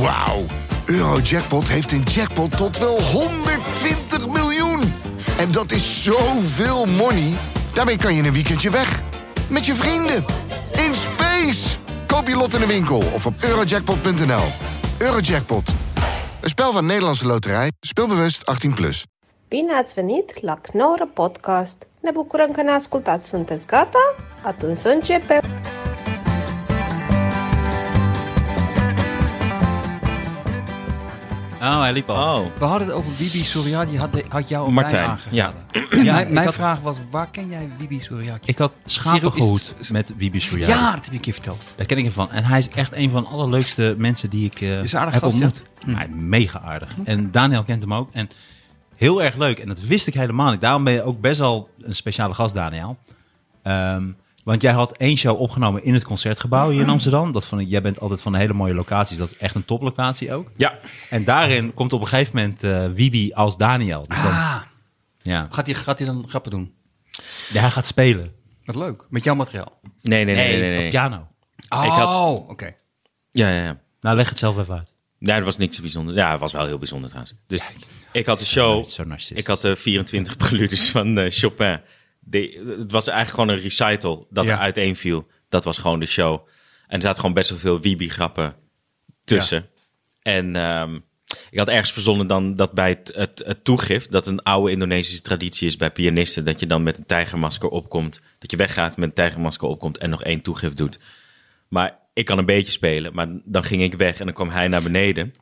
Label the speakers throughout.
Speaker 1: Wauw. Eurojackpot heeft een jackpot tot wel 120 miljoen. En dat is zoveel money. Daarmee kan je in een weekendje weg. Met je vrienden. In space. Koop je lot in de winkel of op eurojackpot.nl. Eurojackpot. Een spel van Nederlandse Loterij. Speelbewust 18+. Plus.
Speaker 2: Bine ați venit la Knorr Podcast! Ne bucurăm că ne ascultați! Sunteți gata? Atunci să începem!
Speaker 3: Oh, hij liep al.
Speaker 4: Oh,
Speaker 5: We hadden het over Bibi Soriati, die had, de- had jou op mij
Speaker 4: Martijn.
Speaker 5: aangeraden.
Speaker 4: Ja.
Speaker 5: En
Speaker 3: Ja,
Speaker 5: mijn
Speaker 3: ik
Speaker 5: mijn
Speaker 3: had-
Speaker 5: vraag was, waar ken jij Bibi Soriati?
Speaker 3: Ik had schapen
Speaker 5: Zero is-
Speaker 3: gehoord
Speaker 5: is-
Speaker 3: met Bibi Soriati.
Speaker 5: ja, dat heb ik je verteld.
Speaker 3: Daar ken ik hem van. En hij is echt een van de allerleukste mensen die ik eh,
Speaker 5: Is een aardig
Speaker 3: heb
Speaker 5: gast, ja. Hm.
Speaker 3: ontmoet. Hij is mega aardig. En Daniel kent hem ook. En heel erg leuk. En dat wist ik helemaal niet. Daarom ben je ook best wel een speciale gast, Daniel. Ehm, want jij had één show opgenomen in het Concertgebouw hier in Amsterdam. Dat vond ik, jij bent altijd van de hele mooie locaties. Dat is echt een toplocatie ook.
Speaker 4: Ja.
Speaker 3: En daarin komt op een gegeven moment eh Bibi als Daniel. Dus dan,
Speaker 5: Ah,
Speaker 3: ja.
Speaker 5: gaat hij gaat hij dan grappen doen?
Speaker 3: ja, hij gaat spelen.
Speaker 5: Wat leuk, met jouw materiaal.
Speaker 4: Nee, nee, nee, nee. nee,
Speaker 3: op
Speaker 4: nee.
Speaker 3: piano.
Speaker 5: Oh,
Speaker 4: had-
Speaker 5: oké.
Speaker 4: Ja, ja, ja.
Speaker 3: Nou, leg het zelf even uit.
Speaker 4: Nee, dat was niks bijzonders. Ja, het was wel heel bijzonder trouwens. Dus ik had de show.
Speaker 3: Zo narcistisch.
Speaker 4: Ik had de 24 preludes van eh, Chopin. De, het was eigenlijk gewoon een recital dat
Speaker 5: Ja.
Speaker 4: er uiteenviel. Dat was gewoon de show. En er zaten gewoon best wel veel Wiebi-grappen tussen. En ehm, ik had ergens verzonnen dan dat bij het, het, het toegift... dat een oude Indonesische traditie is bij pianisten... dat je dan met een tijgermasker opkomt. Dat je weggaat met een tijgermasker opkomt... en nog één toegift doet. Maar ik kan een beetje spelen. Maar dan ging ik weg en dan kwam hij naar beneden.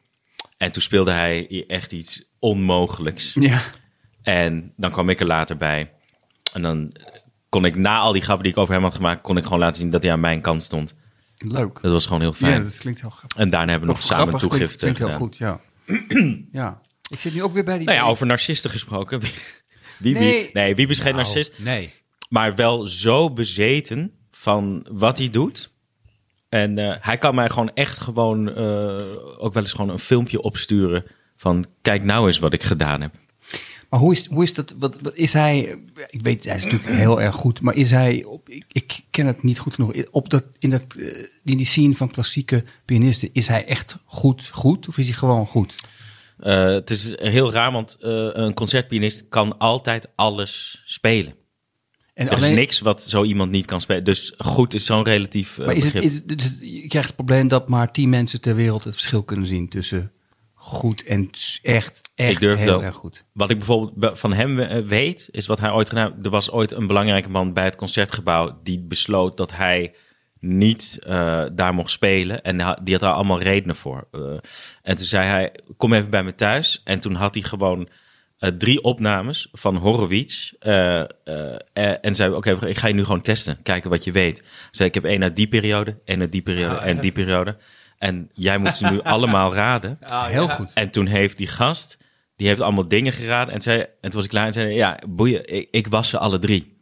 Speaker 4: En toen speelde hij echt iets onmogelijks.
Speaker 5: Ja.
Speaker 4: En dan kwam ik er later bij. En dan kon ik na al die grappen die ik over hem had gemaakt, kon ik gewoon laten zien dat hij aan mijn kant stond.
Speaker 5: Leuk.
Speaker 4: Dat was gewoon heel
Speaker 5: Ja,
Speaker 4: fijn.
Speaker 5: dat klinkt heel grappig.
Speaker 4: En daarna hebben we nog
Speaker 5: Of
Speaker 4: samen
Speaker 5: grappig,
Speaker 4: toegifte
Speaker 5: klinkt,
Speaker 4: gedaan.
Speaker 5: klinkt heel goed, ja. ja. Ik zit nu ook weer bij die...
Speaker 4: Nou ja, over narcisten gesproken. Bibi.
Speaker 5: Nee.
Speaker 4: Nee, Bibi is geen
Speaker 5: Nou.
Speaker 4: narcist.
Speaker 3: Oh, Nee.
Speaker 4: Maar wel zo bezeten van wat hij doet. En eh, hij kan mij gewoon echt gewoon eh, ook wel eens gewoon een filmpje opsturen. Van kijk nou eens wat ik gedaan heb.
Speaker 5: Maar hoe is, hoe is dat? Wat, wat is hij? Ik weet, hij is natuurlijk heel erg goed, maar is hij? Op, ik, ik ken het niet goed genoeg. Op dat, in, dat, eh, in die scene van klassieke pianisten, is hij echt goed, goed of is hij gewoon goed?
Speaker 4: Eh, het is heel raar, want eh, een concertpianist kan altijd alles spelen.
Speaker 5: En
Speaker 4: Er is niks wat zo iemand niet kan spelen. Dus goed is zo'n relatief eh,
Speaker 5: Maar is het,
Speaker 4: begrip.
Speaker 5: is, dus je krijgt het probleem dat maar tien mensen ter wereld het verschil kunnen zien tussen goed en s- echt, echt
Speaker 4: Ik durf
Speaker 5: heel
Speaker 4: wel.
Speaker 5: erg goed.
Speaker 4: Wat ik bijvoorbeeld be- van hem eh, weet, is wat hij ooit gedaan heeft. Er was ooit een belangrijke man bij het concertgebouw die besloot dat hij niet eh, daar mocht spelen. En ha- die had daar allemaal redenen voor. Eh, en toen zei hij, kom even bij me thuis. En toen had hij gewoon eh, drie opnames van Horowitz. eh, eh, eh, en zei, oké, ik ga je nu gewoon testen. Kijken wat je weet. Zei, ik heb één uit die periode, één uit die periode en die periode. En jij moet ze nu allemaal raden.
Speaker 5: heel goed.
Speaker 4: En toen heeft die gast, die heeft allemaal dingen geraden. En, zei, en toen was ik klaar en zei, ja, boeien, ik, ik was ze alle drie.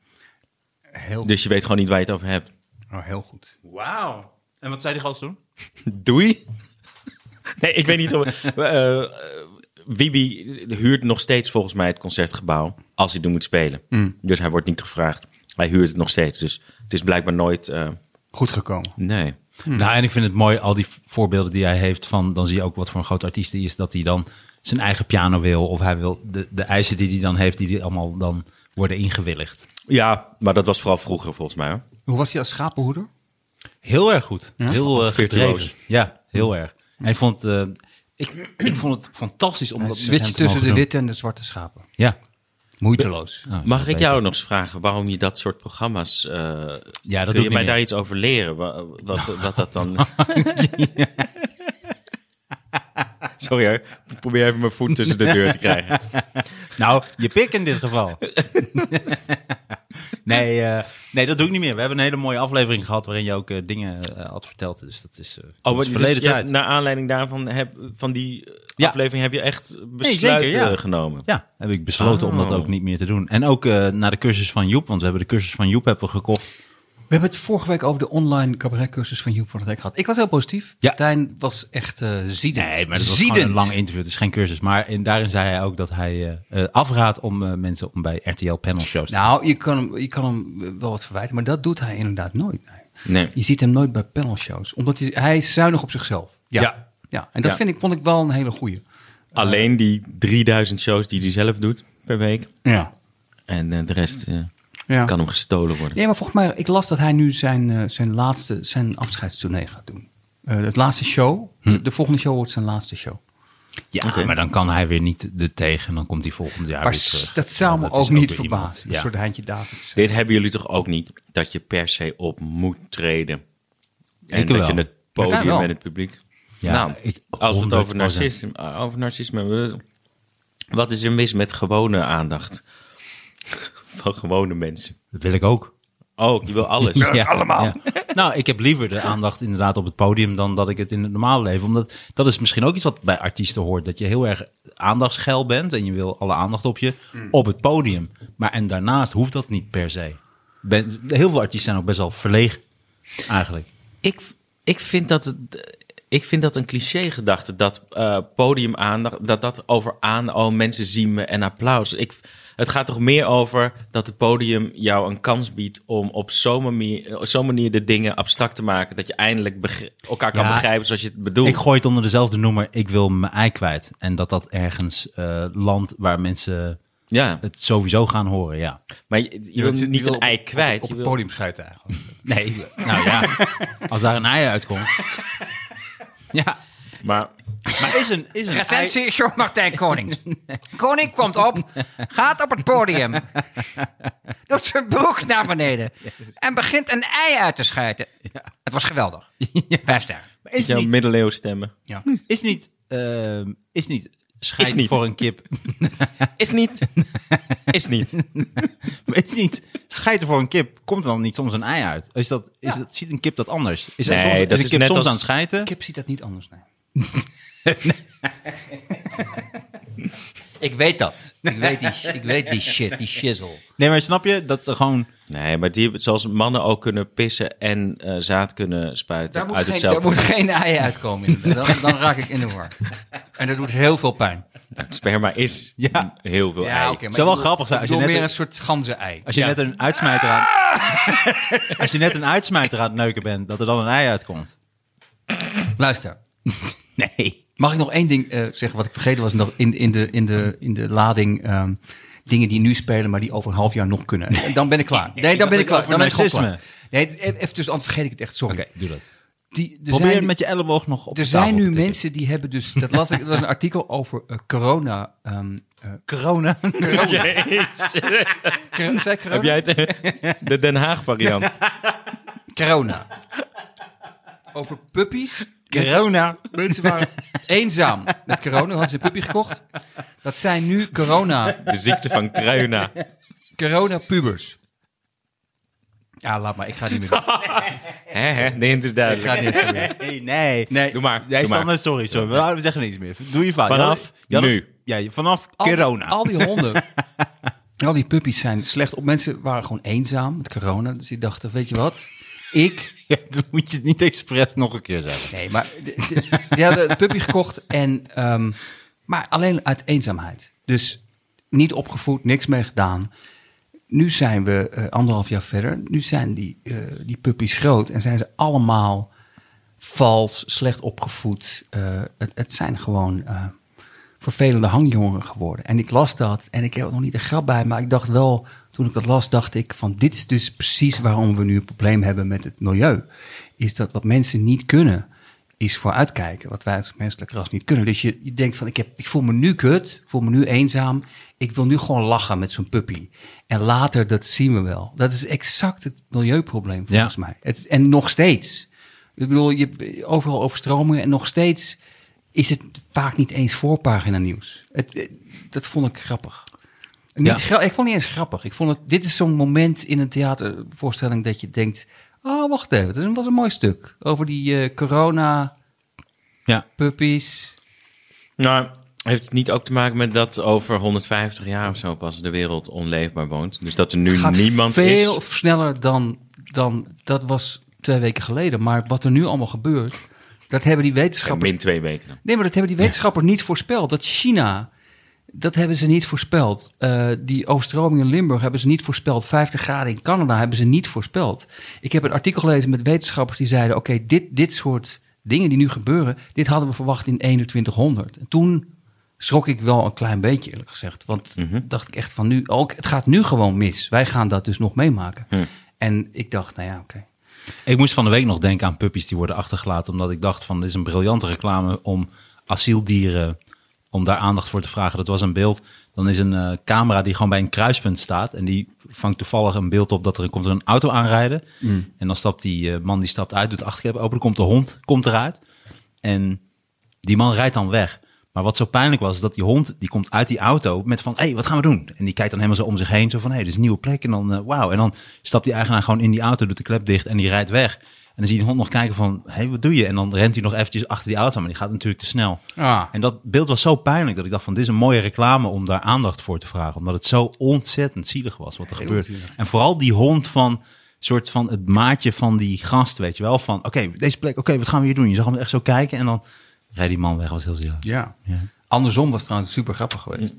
Speaker 5: Heel,
Speaker 4: Dus je weet gewoon niet waar je het over hebt.
Speaker 5: oh, heel goed.
Speaker 3: Wauw. En wat zei die gast toen?
Speaker 4: Doei. Nee, ik weet niet of... eh, eh, Wiebe huurt nog steeds volgens mij het concertgebouw als hij er moet spelen.
Speaker 3: Mm.
Speaker 4: Dus hij wordt niet gevraagd. Hij huurt het nog steeds. Dus het is blijkbaar nooit... eh,
Speaker 5: Goed gekomen.
Speaker 4: nee.
Speaker 3: Nou, en ik vind het mooi, al die voorbeelden die hij heeft van... dan zie je ook wat voor een groot artiest hij is... dat hij dan zijn eigen piano wil. Of hij wil de, de eisen die hij dan heeft, die, die allemaal dan worden ingewilligd.
Speaker 4: Ja, maar dat was vooral vroeger volgens mij. Hoor.
Speaker 5: Hoe was hij als schapenhoeder?
Speaker 3: Heel erg goed. Heel eh
Speaker 4: Virtuoos.
Speaker 3: gedreven. Ja, heel erg. En ik vond, eh, ik, ik vond het fantastisch om dat met hem
Speaker 5: Switch
Speaker 3: te mogen
Speaker 5: tussen de
Speaker 3: doen.
Speaker 5: witte en de zwarte schapen.
Speaker 3: Ja.
Speaker 5: Moeiteloos.
Speaker 3: Nou, is
Speaker 4: Mag
Speaker 3: dat
Speaker 4: ik
Speaker 3: beter.
Speaker 4: jou nog eens vragen waarom je dat soort programma's... eh,
Speaker 3: Ja, dat doe
Speaker 4: kun
Speaker 3: ik
Speaker 4: je
Speaker 3: niet
Speaker 4: mij daar
Speaker 3: meer. Nou.
Speaker 4: iets over leren? Wa- Wat, wat, dat dan... Sorry hoor, ik probeer even mijn voet tussen de deur te krijgen.
Speaker 3: Nou, je pik in dit geval. nee, eh, nee, dat doe ik niet meer. We hebben een hele mooie aflevering gehad waarin je ook eh, dingen eh, had verteld. Dus dat is, eh dat
Speaker 4: Oh,
Speaker 3: is
Speaker 4: maar
Speaker 3: verleden
Speaker 4: dus je
Speaker 3: tijd.
Speaker 4: hebt naar aanleiding daarvan, heb, van die eh,
Speaker 3: Ja.
Speaker 4: aflevering, heb je echt
Speaker 3: Nee,
Speaker 4: besluit
Speaker 3: zeker, ja.
Speaker 4: eh, genomen?
Speaker 3: Ja, heb ik besloten om dat
Speaker 4: Oh.
Speaker 3: ook niet meer te doen. En ook eh, naar de cursus van Joep, want we hebben de cursus van Joep hebben we gekocht.
Speaker 5: We hebben het vorige week over de online cabaretcursus van Joep van der Dijk gehad. Ik was heel positief.
Speaker 3: Ja.
Speaker 5: Martijn was echt eh ziedend.
Speaker 3: Nee, maar dat was
Speaker 5: ziedend.
Speaker 3: gewoon een lang interview. Het is geen cursus. Maar in, daarin zei hij ook dat hij eh, eh, afraadt om eh, mensen om bij RTL panel shows te
Speaker 5: Nou, je kan, hem, je kan hem wel wat verwijten, maar dat doet hij inderdaad nooit. Nee.
Speaker 4: Nee.
Speaker 5: Je ziet hem nooit bij panelshows, omdat hij, hij is zuinig op zichzelf. Ja.
Speaker 3: Ja.
Speaker 5: Ja, en dat
Speaker 4: Ja.
Speaker 5: vind ik, vond ik wel een hele goeie.
Speaker 4: Alleen die 3000 shows die hij zelf doet per week.
Speaker 5: Ja.
Speaker 4: En eh, de rest eh,
Speaker 5: ja.
Speaker 4: kan hem gestolen worden.
Speaker 5: Nee, maar volgens mij, ik las dat hij nu zijn, eh, zijn laatste, zijn afscheidstournee gaat doen. Eh, het laatste show,
Speaker 3: Hm.
Speaker 5: de volgende show wordt zijn laatste show.
Speaker 3: Ja,
Speaker 4: Oké.
Speaker 3: maar dan kan hij weer niet de tegen. En dan komt hij volgend jaar
Speaker 5: maar
Speaker 3: weer
Speaker 5: s-
Speaker 3: terug.
Speaker 5: dat zou
Speaker 3: Ja,
Speaker 5: me
Speaker 3: is
Speaker 5: ook niet
Speaker 3: weer iemand.
Speaker 5: verbazen. Een
Speaker 3: Ja.
Speaker 5: soort Heintje Davids.
Speaker 4: Dit hebben jullie toch ook niet? Dat je per se op moet treden. En
Speaker 3: Ik
Speaker 4: dat
Speaker 3: wel.
Speaker 4: je het
Speaker 5: Ja, wel.
Speaker 4: podium met het publiek.
Speaker 3: Ja,
Speaker 4: nou,
Speaker 3: ik-
Speaker 4: als we het
Speaker 3: 100%.
Speaker 4: over narcisme, over narcisme hebben. Wat is er mis met gewone aandacht? Van gewone mensen.
Speaker 3: Dat wil ik ook.
Speaker 4: Oh, je wil alles.
Speaker 3: allemaal. Nou, ik heb liever de aandacht inderdaad op het podium dan dat ik het in het normale leven. Omdat dat is misschien ook iets wat bij artiesten hoort. Dat je heel erg aandachtsgeil bent en je wil alle aandacht op je op het podium. Maar en daarnaast hoeft dat niet per se. Ben, heel veel artiesten zijn ook best wel verlegen eigenlijk.
Speaker 4: Ik, ik, vind dat het, ik vind dat een cliché gedachte, dat eh podiumaandacht, dat dat over aan, oh mensen zien me en applaus. Ik, het gaat toch meer over dat het podium jou een kans biedt om op zo'n manier, op zo'n manier de dingen abstract te maken, dat je eindelijk begri- elkaar kan
Speaker 3: Ja,
Speaker 4: begrijpen zoals je het bedoelt.
Speaker 3: Ik gooi het onder dezelfde noemer. Ik wil mijn ei kwijt. En dat dat ergens eh land waar mensen
Speaker 4: ja,
Speaker 3: het sowieso gaan horen. Ja.
Speaker 4: maar je, je wil
Speaker 5: Je
Speaker 4: niet
Speaker 5: wil
Speaker 4: een ei
Speaker 5: op-
Speaker 4: kwijt.
Speaker 5: Op,
Speaker 4: je
Speaker 5: het
Speaker 4: wil-
Speaker 5: podium schuiten eigenlijk.
Speaker 3: Nee, nou ja. Als daar een ei uitkomt. Ja.
Speaker 4: Maar
Speaker 3: Maar is een, is een ei...
Speaker 6: Recensie Jean-Martijn Koning. Koning komt op, gaat op het podium, doet zijn broek naar beneden en begint een ei uit te schijten. Het was geweldig. Vijf sterren.
Speaker 3: Is
Speaker 4: jouw
Speaker 3: niet,
Speaker 4: middeleeuws stemmen.
Speaker 3: is niet, ehm, is niet schijt
Speaker 4: Is niet.
Speaker 3: voor een kip.
Speaker 4: Is niet. Is niet.
Speaker 3: Maar is niet schijten voor een kip. Komt er dan niet soms een ei uit? Is dat, is dat, ziet een kip dat anders? Is, er
Speaker 4: Nee,
Speaker 3: soms,
Speaker 4: dat
Speaker 3: is een
Speaker 4: is
Speaker 3: kip
Speaker 4: net
Speaker 3: soms
Speaker 4: als-
Speaker 3: aan het schijten?
Speaker 5: Kip ziet dat niet anders, nee.
Speaker 6: Ik weet dat. Ik weet die, ik weet die shit, die shizzle.
Speaker 3: Nee, maar snap je? Dat ze gewoon...
Speaker 4: Nee, maar die, hebben- zoals mannen ook kunnen pissen en eh, zaad kunnen
Speaker 5: Daar
Speaker 4: spuiten
Speaker 5: moet,
Speaker 4: uit
Speaker 5: geen,
Speaker 4: hetzelfde
Speaker 5: daar moet geen ei uitkomen. inderdaad. Dan, dan raak ik in de war. En dat doet heel veel pijn.
Speaker 4: Nou, het sperma is
Speaker 3: Ja.
Speaker 4: heel veel ei.
Speaker 5: oké,
Speaker 3: zou wel
Speaker 5: maar ik bedoel-
Speaker 3: grappig zijn als je
Speaker 5: ik bedoel
Speaker 3: net
Speaker 5: meer
Speaker 3: een-
Speaker 5: een soort ganzen-ei.
Speaker 3: Als je net een uitsmijter aan... Als je net een uitsmijter aan het neuken bent, dat er dan een ei uitkomt.
Speaker 5: Luister,
Speaker 3: Nee.
Speaker 5: Mag ik nog één ding eh, zeggen wat ik vergeten was nog in, in, de, in, de, in de lading? ehm, dingen die nu spelen, maar die over een half jaar nog kunnen. En Dan ben ik klaar. Nee, dan ben ik
Speaker 3: dacht
Speaker 5: klaar.
Speaker 3: over
Speaker 5: Dan ben ik gewoon klaar.
Speaker 3: narcisme.
Speaker 5: Nee, het- even dus, anders vergeet ik het echt. Sorry.
Speaker 3: Oké, doe dat.
Speaker 5: Die, er
Speaker 3: Probeer
Speaker 5: zijn,
Speaker 3: het met je elleboog nog op
Speaker 5: er
Speaker 3: de tafel
Speaker 5: zijn
Speaker 3: te
Speaker 5: nu
Speaker 3: tikken.
Speaker 5: mensen die hebben dus. Dat las ik. Er was een artikel over eh, corona. ehm, eh,
Speaker 3: Corona.
Speaker 5: corona.
Speaker 4: Jezus.
Speaker 5: Cor- zei ik corona?
Speaker 4: Heb jij het, eh, de Den Haag variant?
Speaker 5: Corona. Over puppies.
Speaker 3: Corona.
Speaker 5: Mensen waren eenzaam met corona. Hadden ze een puppy gekocht. Dat zijn nu corona.
Speaker 4: De ziekte van Kruina.
Speaker 5: Corona pubers. Ja, laat maar. Ik ga het niet meer doen.
Speaker 4: Hè, hè, de hint is
Speaker 5: Ik ga
Speaker 4: duidelijk.
Speaker 5: het niet eens doen.
Speaker 3: Nee, nee.
Speaker 5: Nee.
Speaker 4: Doe maar.
Speaker 3: Jij
Speaker 4: doe maar.
Speaker 3: Sander, sorry, sorry. We we zeggen niks meer. Doe je fout.
Speaker 4: Vanaf
Speaker 3: Je had- je had-
Speaker 4: nu.
Speaker 3: Ja, je- vanaf
Speaker 5: Al die-
Speaker 3: corona.
Speaker 5: Al die honden. al die puppies zijn slecht op. Mensen waren gewoon eenzaam met corona. Dus die dachten, weet je wat? Ik.
Speaker 3: Ja, dan moet je het niet expres nog een keer zeggen.
Speaker 5: Nee, maar de- de- die hadden een puppy gekocht. En, ehm, maar alleen uit eenzaamheid. Dus niet opgevoed, niks mee gedaan. Nu zijn we eh, anderhalf jaar verder. Nu zijn die, eh, die puppies groot. En zijn ze allemaal vals, slecht opgevoed. Eh, het, het zijn gewoon eh, vervelende hangjongeren geworden. En ik las dat en ik heb er nog niet een grap bij, maar ik dacht wel, toen ik dat las, dacht ik van dit is dus precies waarom we nu een probleem hebben met het milieu. Is dat wat mensen niet kunnen, is vooruitkijken. Wat wij als menselijk ras niet kunnen. Dus je, je denkt van ik, heb, ik voel me nu kut, ik voel me nu eenzaam. Ik wil nu gewoon lachen met zo'n puppy. En later, dat zien we wel. Dat is exact het milieuprobleem volgens mij. Het, en nog steeds. Ik bedoel, je hebt overal overstromingen en nog steeds is het vaak niet eens voorpagina nieuws. Het, eh, dat vond ik grappig. Niet
Speaker 3: Ja.
Speaker 5: gra- ik vond het niet eens grappig. Ik vond het, dit is zo'n moment in een theatervoorstelling dat je denkt... Oh, wacht even, dat is een- was een mooi stuk. Over die eh, corona,
Speaker 3: Ja.
Speaker 5: puppies.
Speaker 4: Nou, heeft het niet ook te maken met dat over 150 jaar of zo pas de wereld onleefbaar woont? Dus dat er nu
Speaker 5: Gaat
Speaker 4: niemand
Speaker 5: veel
Speaker 4: is.
Speaker 5: sneller dan, dan... Dat was twee weken geleden. Maar wat er nu allemaal gebeurt, dat hebben die
Speaker 4: Ja,
Speaker 5: wetenschappers
Speaker 4: Min twee weken dan.
Speaker 5: Nee, maar dat hebben die wetenschappers niet voorspeld. Dat China, dat hebben ze niet voorspeld. Eh, die overstroming in Limburg hebben ze niet voorspeld. 50 graden in Canada hebben ze niet voorspeld. Ik heb een artikel gelezen met wetenschappers die zeiden... oké, dit, dit soort dingen die nu gebeuren, dit hadden we verwacht in 2100. En toen schrok ik wel een klein beetje, eerlijk gezegd. Want dacht ik echt van nu, ook, het gaat nu gewoon mis. Wij gaan dat dus nog meemaken. En ik dacht, nou ja, oké.
Speaker 3: Ik moest van de week nog denken aan puppies die worden achtergelaten. Omdat ik dacht van, dit is een briljante reclame om asieldieren, om daar aandacht voor te vragen. Dat was een beeld. Dan is een eh, camera die gewoon bij een kruispunt staat. En die vangt toevallig een beeld op dat er komt er een auto aanrijden. En dan stapt die eh, man, die stapt uit, doet de achterklep open. Dan komt de hond, komt eruit. En die man rijdt dan weg. Maar wat zo pijnlijk was, is dat die hond die komt uit die auto met van, hé, hey, wat gaan we doen? En die kijkt dan helemaal zo om zich heen, zo van, hé, hey, dit is een nieuwe plek. En dan, eh, wauw. En dan stapt die eigenaar gewoon in die auto, doet de klep dicht en die rijdt weg. En dan zie je die hond nog kijken van, hé, hey, wat doe je? En dan rent hij nog eventjes achter die auto, maar die gaat natuurlijk te snel.
Speaker 5: Ah.
Speaker 3: En dat beeld was zo pijnlijk dat ik dacht van, dit is een mooie reclame om daar aandacht voor te vragen. Omdat het zo ontzettend zielig was wat er gebeurde. En vooral die hond van, soort van het maatje van die gast, weet je wel. Van, oké, deze plek, oké, wat gaan we hier doen? Je zag hem echt zo kijken en dan rijdt die man weg, was heel zielig.
Speaker 5: Ja.
Speaker 3: Ja. Mm.
Speaker 5: Andersom was het trouwens super grappig geweest.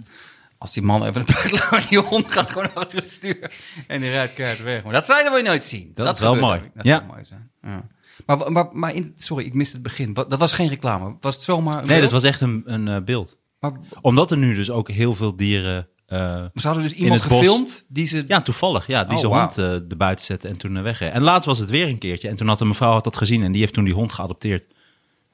Speaker 5: Als die man even een buitenlaar die hond gaat gewoon achter het stuur. En die rijdt keihard weg. Maar dat zou je dan wel nooit zien.
Speaker 3: Dat is wel
Speaker 5: gebeurt
Speaker 3: mooi.
Speaker 5: ook. Dat
Speaker 3: Ja.
Speaker 5: zou mooi zijn. Ja. Maar, wa- maar, maar in, sorry, ik miste het begin. Wat- Dat was geen reclame. Was het zomaar een
Speaker 3: Nee, dat
Speaker 5: beeld?
Speaker 3: was echt een, een eh, beeld.
Speaker 5: Maar
Speaker 3: Omdat er nu dus ook heel veel dieren... eh,
Speaker 5: ze hadden dus
Speaker 3: In
Speaker 5: iemand
Speaker 3: het bos.
Speaker 5: gefilmd die ze...
Speaker 3: ja, toevallig. Ja, die
Speaker 5: Oh,
Speaker 3: zijn
Speaker 5: wauw.
Speaker 3: hond eh erbuiten zette en toen eh, wegreed. En laatst was het weer een keertje. En toen had een mevrouw had dat gezien en die heeft toen die hond geadopteerd.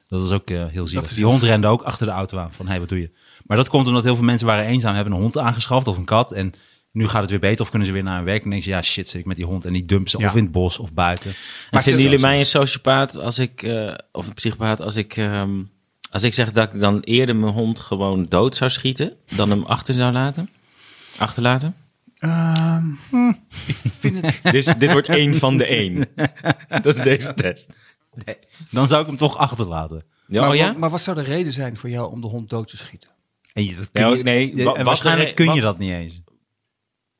Speaker 3: Dat is ook eh, heel zielig.
Speaker 5: is
Speaker 3: Die
Speaker 5: heel
Speaker 3: hond rende ook achter de auto aan van, hé, hey, wat doe je? Maar dat komt omdat heel veel mensen waren eenzaam, hebben een hond aangeschaft of een kat. En nu gaat het weer beter of kunnen ze weer naar hun werk. En denken ze, ja, shit, zit ik met die hond. En die dumpen ze
Speaker 5: Ja.
Speaker 3: of in het bos of buiten.
Speaker 4: Maar vinden
Speaker 5: ze-
Speaker 4: jullie mij een sociopaat als ik, eh, of een psychopaat als ik, ehm, als ik zeg dat ik dan eerder mijn hond gewoon dood zou schieten dan hem achter zou laten? Achterlaten?
Speaker 5: Ehm,
Speaker 3: hm.
Speaker 5: ik vind het...
Speaker 4: dit, dit wordt één van de één. Dat is deze test.
Speaker 3: Dan zou ik hem toch achterlaten.
Speaker 4: Ja,
Speaker 5: maar,
Speaker 4: oh ja?
Speaker 5: wa- maar wat zou de reden zijn voor jou om de hond dood te schieten?
Speaker 3: En, je, dat kun
Speaker 4: Nou,
Speaker 3: je-
Speaker 4: nee, wa-
Speaker 3: en
Speaker 4: wat-
Speaker 3: waarschijnlijk kun je
Speaker 4: wat-
Speaker 3: dat niet eens.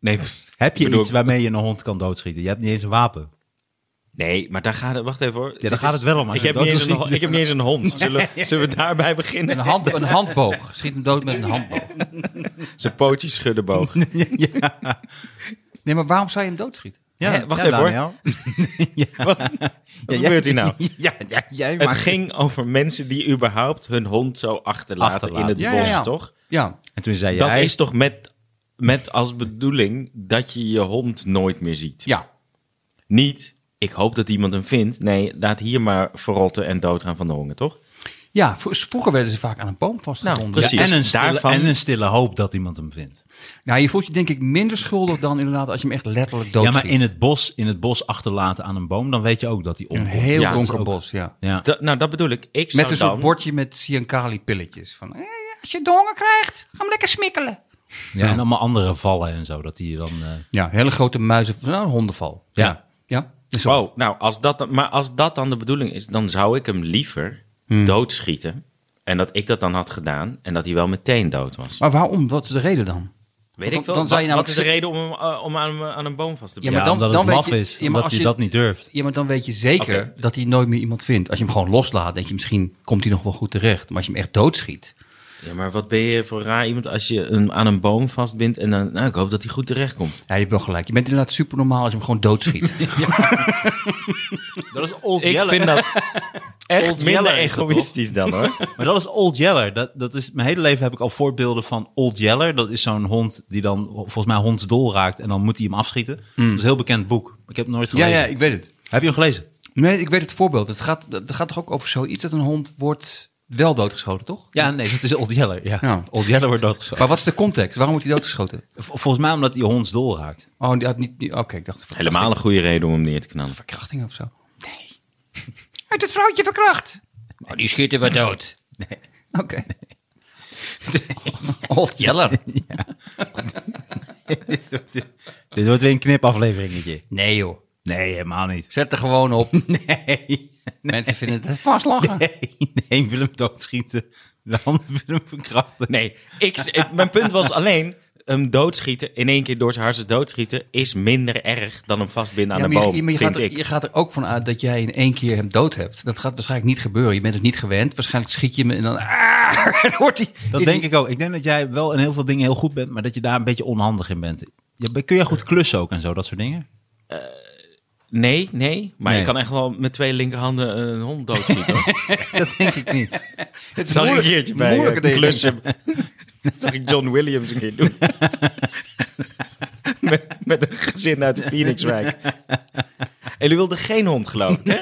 Speaker 4: Nee,
Speaker 3: Heb je
Speaker 4: Bedoel-
Speaker 3: iets waarmee je een hond kan doodschieten? Je hebt niet eens een wapen.
Speaker 4: nee, maar daar gaat het... Wacht even hoor.
Speaker 3: daar
Speaker 4: Dit
Speaker 3: gaat het wel om, als
Speaker 4: Ik
Speaker 3: je
Speaker 4: heb,
Speaker 3: dood
Speaker 4: niet eens
Speaker 3: wil
Speaker 4: een, ho-
Speaker 3: schieten.
Speaker 4: ik heb niet eens een hond. Zullen, zullen we daarbij beginnen?
Speaker 5: Een, hand, een handboog. Schiet hem dood met een handboog.
Speaker 4: Zijn pootjes schudden boog.
Speaker 5: Nee, maar waarom zou je hem doodschieten?
Speaker 4: Hè, wacht even, hoor.
Speaker 3: Daniel.
Speaker 4: Wat, wat
Speaker 3: Ja, jij-
Speaker 4: gebeurt hier nou?
Speaker 3: Ja, ja, jij
Speaker 4: Het
Speaker 3: maakt-
Speaker 4: ging over mensen die überhaupt hun hond zo achterlaten,
Speaker 3: Achterlaten.
Speaker 4: in het
Speaker 5: Ja, ja,
Speaker 4: bos,
Speaker 5: ja.
Speaker 4: toch?
Speaker 5: Ja,
Speaker 3: En toen zei
Speaker 4: Dat
Speaker 3: jij...
Speaker 4: is toch met, met als bedoeling dat je je hond nooit meer ziet.
Speaker 5: ja.
Speaker 4: Niet, ik hoop dat iemand hem vindt. Nee, laat hier maar verrotten en doodgaan van de honger, toch?
Speaker 5: Ja, vro- vroeger werden ze vaak aan een boom vastgebonden.
Speaker 4: Nou, precies.
Speaker 3: Ja, en, een stille,
Speaker 4: Daarvan-
Speaker 3: en een stille hoop dat iemand hem vindt.
Speaker 5: Nou, je voelt je denk ik minder schuldig dan inderdaad als je hem echt letterlijk
Speaker 3: Ja,
Speaker 5: doodschiet.
Speaker 3: maar in het, bos, in het bos achterlaten aan een boom, dan weet je ook dat hij
Speaker 5: een
Speaker 3: omkomt.
Speaker 5: heel
Speaker 4: Ja,
Speaker 5: donker
Speaker 3: dat is ook-
Speaker 5: bos, ja.
Speaker 3: Ja.
Speaker 4: Da- nou, dat bedoel ik. Ik
Speaker 5: Met
Speaker 4: zou
Speaker 5: een
Speaker 4: dan...
Speaker 5: soort bordje met Siankali-pilletjes. Van, eh,
Speaker 6: Als je de honger krijgt, ga hem lekker smikkelen.
Speaker 3: Ja, en allemaal andere vallen en zo. Dat die je dan, eh,
Speaker 5: ja, hele grote muizen. Nou, een hondenval.
Speaker 3: Ja.
Speaker 5: Ja. Dus
Speaker 4: Wow, nou, als dat dan, maar als dat dan de bedoeling is, dan zou ik hem liever doodschieten. En dat ik dat dan had gedaan en dat hij wel meteen dood was.
Speaker 5: Maar waarom? Wat is de reden dan?
Speaker 4: Weet
Speaker 5: dan-
Speaker 4: ik veel.
Speaker 5: dan zou je namelijk
Speaker 4: wat, wat is de
Speaker 5: zeggen-
Speaker 4: reden om, hem, eh, om aan, hem, eh, aan een boom vast te
Speaker 5: Ja,
Speaker 4: binden?
Speaker 5: maar
Speaker 3: ja,
Speaker 5: dan-
Speaker 3: omdat
Speaker 5: dan
Speaker 3: het
Speaker 5: weet
Speaker 3: laf is,
Speaker 5: je- ja, maar
Speaker 3: omdat
Speaker 5: als
Speaker 3: je
Speaker 5: je-
Speaker 3: dat niet durft.
Speaker 5: Ja, maar dan weet je zeker
Speaker 4: Oké.
Speaker 5: dat hij nooit meer iemand vindt. Als je hem gewoon loslaat, denk je misschien komt hij nog wel goed terecht. Maar als je hem echt doodschiet.
Speaker 4: Ja, maar wat ben je voor raar iemand als je hem aan een boom vastbindt en dan... Nou, ik hoop dat hij goed terechtkomt.
Speaker 5: Ja, je hebt wel gelijk. Je bent inderdaad super normaal als je hem gewoon doodschiet.
Speaker 3: Dat is Old
Speaker 4: Ik vind dat
Speaker 3: Old
Speaker 4: echt minder
Speaker 3: Yeller is dat,
Speaker 4: egoïstisch dan, hoor.
Speaker 3: Maar dat is Old Yeller. Dat, dat is, mijn hele leven heb ik al voorbeelden van Old Yeller. Dat is zo'n hond die dan volgens mij hondsdol raakt en dan moet hij hem afschieten. Dat is een heel bekend boek. Ik heb het nooit
Speaker 5: ja,
Speaker 3: gelezen.
Speaker 5: ja, ik weet het.
Speaker 3: Heb je hem gelezen?
Speaker 5: Nee, ik weet het voorbeeld. Het gaat, het gaat toch ook over zoiets dat een hond wordt wel doodgeschoten, toch?
Speaker 3: Ja, nee, dat is Old Yeller. Ja.
Speaker 5: Ja.
Speaker 3: Old Yeller wordt doodgeschoten.
Speaker 5: Maar wat is de context? Waarom wordt hij doodgeschoten?
Speaker 3: Vol- Volgens mij omdat hij hondsdol raakt.
Speaker 5: Oh, die had niet... die- Oké, ik dacht...
Speaker 4: Helemaal een goede reden om hem neer te knallen.
Speaker 5: Verkrachting of zo.
Speaker 6: Uit het vrouwtje verkracht.
Speaker 5: Oh, die schieten we dood. Oké. Old Yeller.
Speaker 3: Dit wordt weer een knipafleveringetje.
Speaker 5: Nee joh,
Speaker 3: Nee, helemaal niet.
Speaker 5: zet er gewoon op.
Speaker 3: Nee,
Speaker 5: Mensen vinden het vast lachen.
Speaker 3: nee, nee, wil hem doodschieten. De ander wil hem verkrachten.
Speaker 4: Nee, ik, ik- mijn punt was alleen... Hem doodschieten, in één keer door zijn hartstikke doodschieten... is minder erg dan hem vastbinden aan
Speaker 5: Ja,
Speaker 4: een
Speaker 5: maar je-
Speaker 4: boom,
Speaker 5: je, maar je,
Speaker 4: vind
Speaker 5: gaat er,
Speaker 4: ik.
Speaker 5: je gaat er ook van uit dat jij in één keer hem dood hebt. Dat gaat waarschijnlijk niet gebeuren. Je bent het niet gewend. Waarschijnlijk schiet je hem en dan... Ah, dan wordt hij...
Speaker 3: Dat
Speaker 5: is
Speaker 3: denk
Speaker 5: hij-
Speaker 3: ik ook. Ik denk dat jij wel in heel veel dingen heel goed bent, maar dat je daar een beetje onhandig in bent. Ja, ben- kun jij goed klussen ook en zo, dat soort dingen?
Speaker 4: Nee, nee. Maar
Speaker 3: Nee.
Speaker 4: je kan echt wel met twee linkerhanden een hond doodschieten. hoor.
Speaker 3: Dat denk ik niet.
Speaker 4: Dat zag ik een keertje bij
Speaker 3: moeilijke
Speaker 4: eh,
Speaker 3: dingen.
Speaker 4: Klussen. Dat zag ik John Williams een keer doen. met, met een gezin uit de Phoenixwijk. En jullie wilden geen hond, geloof ik. hè?